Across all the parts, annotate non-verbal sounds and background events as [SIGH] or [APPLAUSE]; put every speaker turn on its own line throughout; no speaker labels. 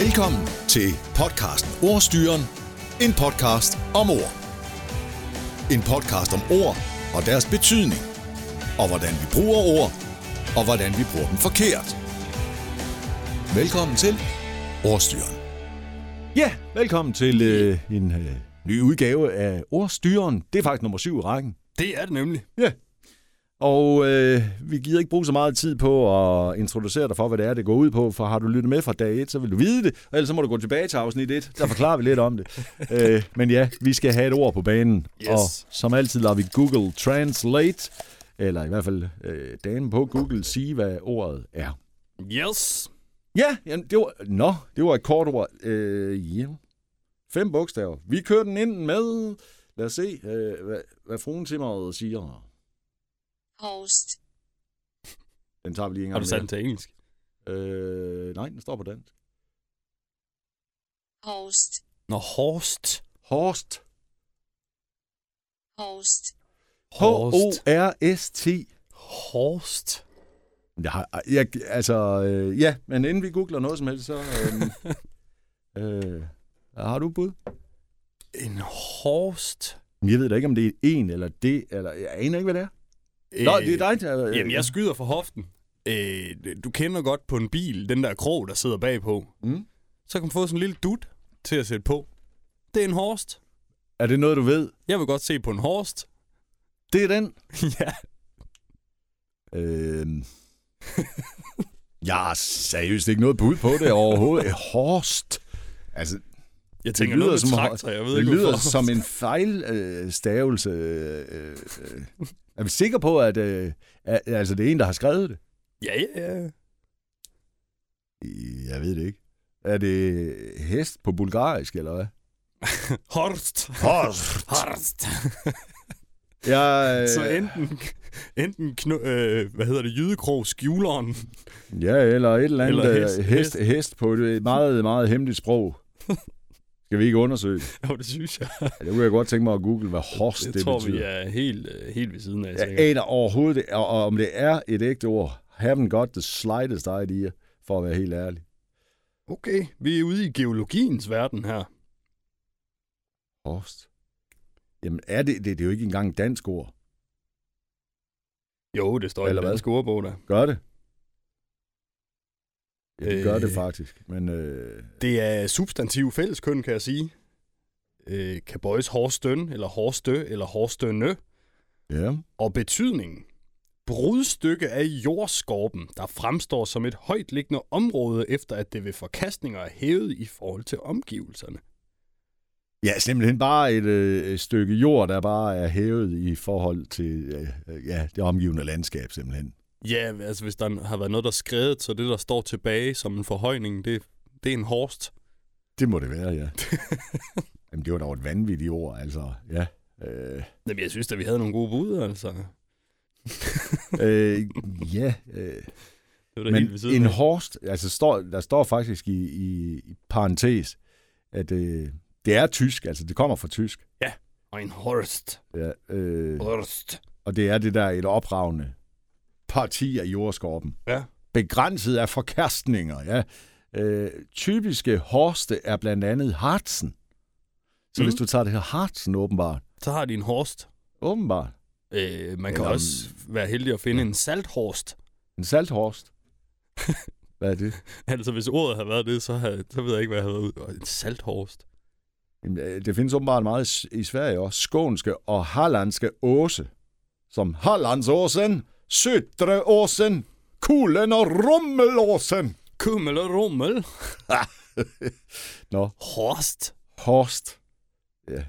Velkommen til podcasten Ordstyren. En podcast om ord. En podcast om ord og deres betydning. Og hvordan vi bruger ord, og hvordan vi bruger dem forkert. Velkommen til Ordstyren. Ja, velkommen til øh, en øh, ny udgave af Ordstyren. Det er faktisk nummer syv i rækken.
Det er det nemlig.
Ja. Og øh, vi gider ikke bruge så meget tid på at introducere dig for, hvad det er, det går ud på, for har du lyttet med fra dag 1, så vil du vide det, og ellers så må du gå tilbage til afsnit 1, der forklarer vi lidt om
[LAUGHS]
det. øh, men ja, vi skal have et ord på banen,
Yes.
og som altid lader vi Google Translate, eller i hvert fald øh, damen på Google, sige, hvad ordet er.
Yes.
Ja, jamen, det var, nå, det var et kort ord. Øh, yeah. Fem bogstaver. Vi kører den ind med, lad os se, øh, hvad, hvad fruen Timmeret siger.
host,
Den tager vi lige en
Har
gang
du sat den til engelsk?
Øh, nej, den står på dansk.
host,
Nå, Horst.
Horst.
host,
Horst.
H-O-R-S-T.
Horst.
Jeg, har, jeg, altså, øh, ja, men inden vi googler noget som helst, så... [LAUGHS] Øh, øh, har du et bud?
[LAUGHS] En Horst.
Jeg ved da ikke, om det er en eller det, eller... Jeg aner ikke, hvad det er. Øh, Nå, det er dig, der...
Jamen, jeg skyder for hoften. Øh, du kender godt på en bil, den der krog, der sidder bagpå.
Mm.
Så kan man få sådan en lille dut til at sætte på. Det er en Horst.
Er det noget, du ved?
Jeg vil godt se på en Horst.
Det er den.
[LAUGHS] ja. [LAUGHS]
Øh, jeg har seriøst ikke noget bud på det overhovedet. Horst. Altså,
Jeg tænker noget med traktor, jeg ved
det
ikke
lyder
hvorfor.
som en fejlstavelse. Øh, stavelse, øh, øh, øh. er vi sikre på, at øh, er, altså, det er en, der har skrevet det?
Ja, ja, ja.
Jeg ved det ikke. Er det hest på bulgarisk, eller hvad?
Horst.
Horst.
Horst.
Jeg, øh,
Så enten, enten knu, øh, hvad hedder det, jydekrog, skjuleren,
Ja, eller et eller andet
Eller
eller
hest.
hest, hest, hest på et meget, meget hemmeligt
[LAUGHS]
sprog. Skal vi ikke undersøge?
Jo, det synes jeg.
Ja, Det kunne jeg godt tænke mig at google, hvad horst det,
Det, det tror
betyder.
vi er helt, øh, helt ved siden af.
Jeg
tænker.
aner overhovedet, det, og, og om det er et ægte ord. Haven't got the slightest idea, for at være helt ærlig.
Okay, vi er ude i geologiens verden her.
Horst. Jamen, er det, det, det er jo ikke engang et dansk ord.
Jo, det står i
Eller
den
hvad?
danske ordbog der.
Gør det? Ja, det gør det
Øh.
faktisk. Men øh,
Det er substantiv fælleskøn, kan jeg sige. Øh, kan bøjes hårstøn, eller hårstø, eller hårstønne.
ja,
Og betydningen. Brudstykke af jordskorpen, der fremstår som et højtliggende område, efter at det ved forkastninger er hævet i forhold til omgivelserne.
ja simpelthen bare et øh, stykke jord, der bare er hævet i forhold til øh, øh, ja, det omgivende landskab, simpelthen.
Ja, altså hvis der har været noget, der er skrevet, så det, der står tilbage som en forhøjning, det, det er en [LAUGHS] horst.
Det må det være, ja. Jamen, det var da et vanvittigt ord, altså. Ja. Øh,
Jamen, jeg synes at vi havde nogle gode bud, altså. Det [LAUGHS]
øh, ja, øh,
var da helt ved
men
siden
en
af.
horst, altså står, der står faktisk i, i, i parentes, at øh, det er tysk, altså det kommer fra tysk.
Og en horst.
Ja, øh,
Horst.
og det er det der et opragende parti af jordskorpen.
Ja.
Begrænset af forkastninger, ja. Øh, typiske horste er blandt andet hartsen. Så
Mm.
mm. hvis du tager det her hartsen åbenbart,
Så har de en horst.
åbenbart,
Øh, man kan
Eller-
også være heldig at finde en salthorst.
en salthorst. Hvad er det?
[LAUGHS] Altså, hvis ordet havde været det, så, havde, så ved jeg ikke, hvad jeg havde været ud. En salthorst.
Jamen, øh, Det findes åbenbart meget i S- i Sverige også. Skånske og hallandske åse, som Hallandsåsen, Søtreåsen, Kulen og Rummelåsen. [LAUGHS]
Kummel og rummel.
Nå,
Horst.
Horst. Ja.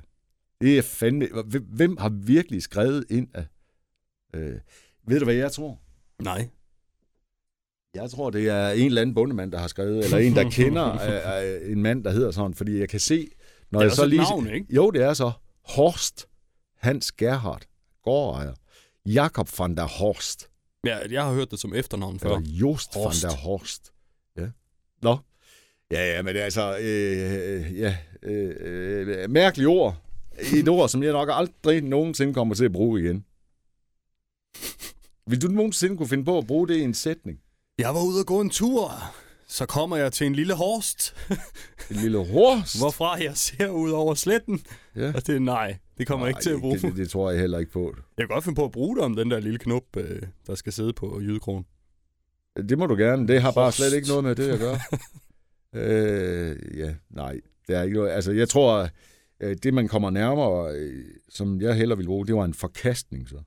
Det er fandme... hvem- Hvem har virkelig skrevet ind af... Øh, ved du, hvad jeg tror?
Nej.
Jeg tror, det er en eller anden bondemand, der har skrevet, eller en, der kender øh, øh, en mand, der hedder sådan, fordi jeg kan se... Når
Det er
jeg
også
så
et
lige...
navn, ikke?
Jo, det er så. Horst Hans Gerhardt, gårdejer. Jakob van der Horst,
Ja, jeg har hørt det som efternavn før.
eller Jost
Horst.
van der Horst. Ja. Nå. Ja, ja, men altså, øh, øh, ja, øh, øh, mærkelige ord. Et ord, som jeg nok aldrig nogensinde kommer til at bruge igen. Vil du nogensinde kunne finde på at bruge det i en sætning?
Jeg var ude og gå en tur. Så kommer jeg til en lille horst,
En lille horst.
hvorfra jeg ser ud over sletten.
Ja.
Og det er nej, det kommer jeg ikke til at
Ej,
bruge.
Det, det, det tror jeg heller ikke på.
Jeg kan godt finde på at bruge det om den der lille knop, øh, der skal sidde på jydekronen.
Det må du gerne. Det har bare
Horst.
slet ikke noget med det at gøre. [LAUGHS] øh, ja, nej. Det er ikke noget. Altså, jeg tror, øh, det man kommer nærmere, øh, som jeg heller ville bruge, det var en forkastning, så.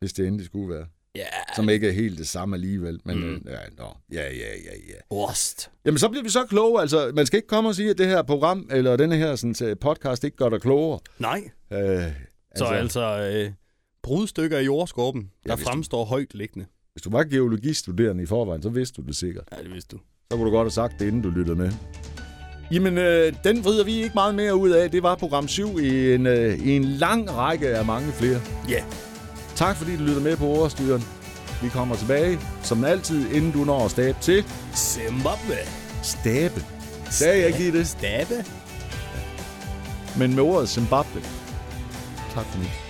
Hvis det endelig skulle være.
Ja,
Som ikke er helt det samme alligevel. Men
Mm.
mm. ja, nå. ja, ja, ja, ja.
horst.
Jamen, så bliver vi så kloge. Altså, man skal ikke komme og sige, at det her program, eller denne her sådan, øh, podcast, ikke gør dig klogere.
Nej,
Øh,
Så altså, altså øh, brudstykker i jordskorpen, der
hvis du-
fremstår højt liggende.
Hvis du var geologistuderende i forvejen, så vidste du det sikkert.
Ja, det vidste du.
Så kunne du godt have sagt det, inden du lyttede med. Jamen, øh, den vrider vi ikke meget mere ud af. Det var program 7 i en, øh, i en lang række af mange flere.
Ja.
Tak fordi du lytter med på Ordstyren. Vi kommer tilbage, som altid, inden du når at stabe til.
Zimbabwe.
Stabe? Sagde jeg ikke lige det?
Stabe.
Men med ordet Zimbabwe. Tak for mig.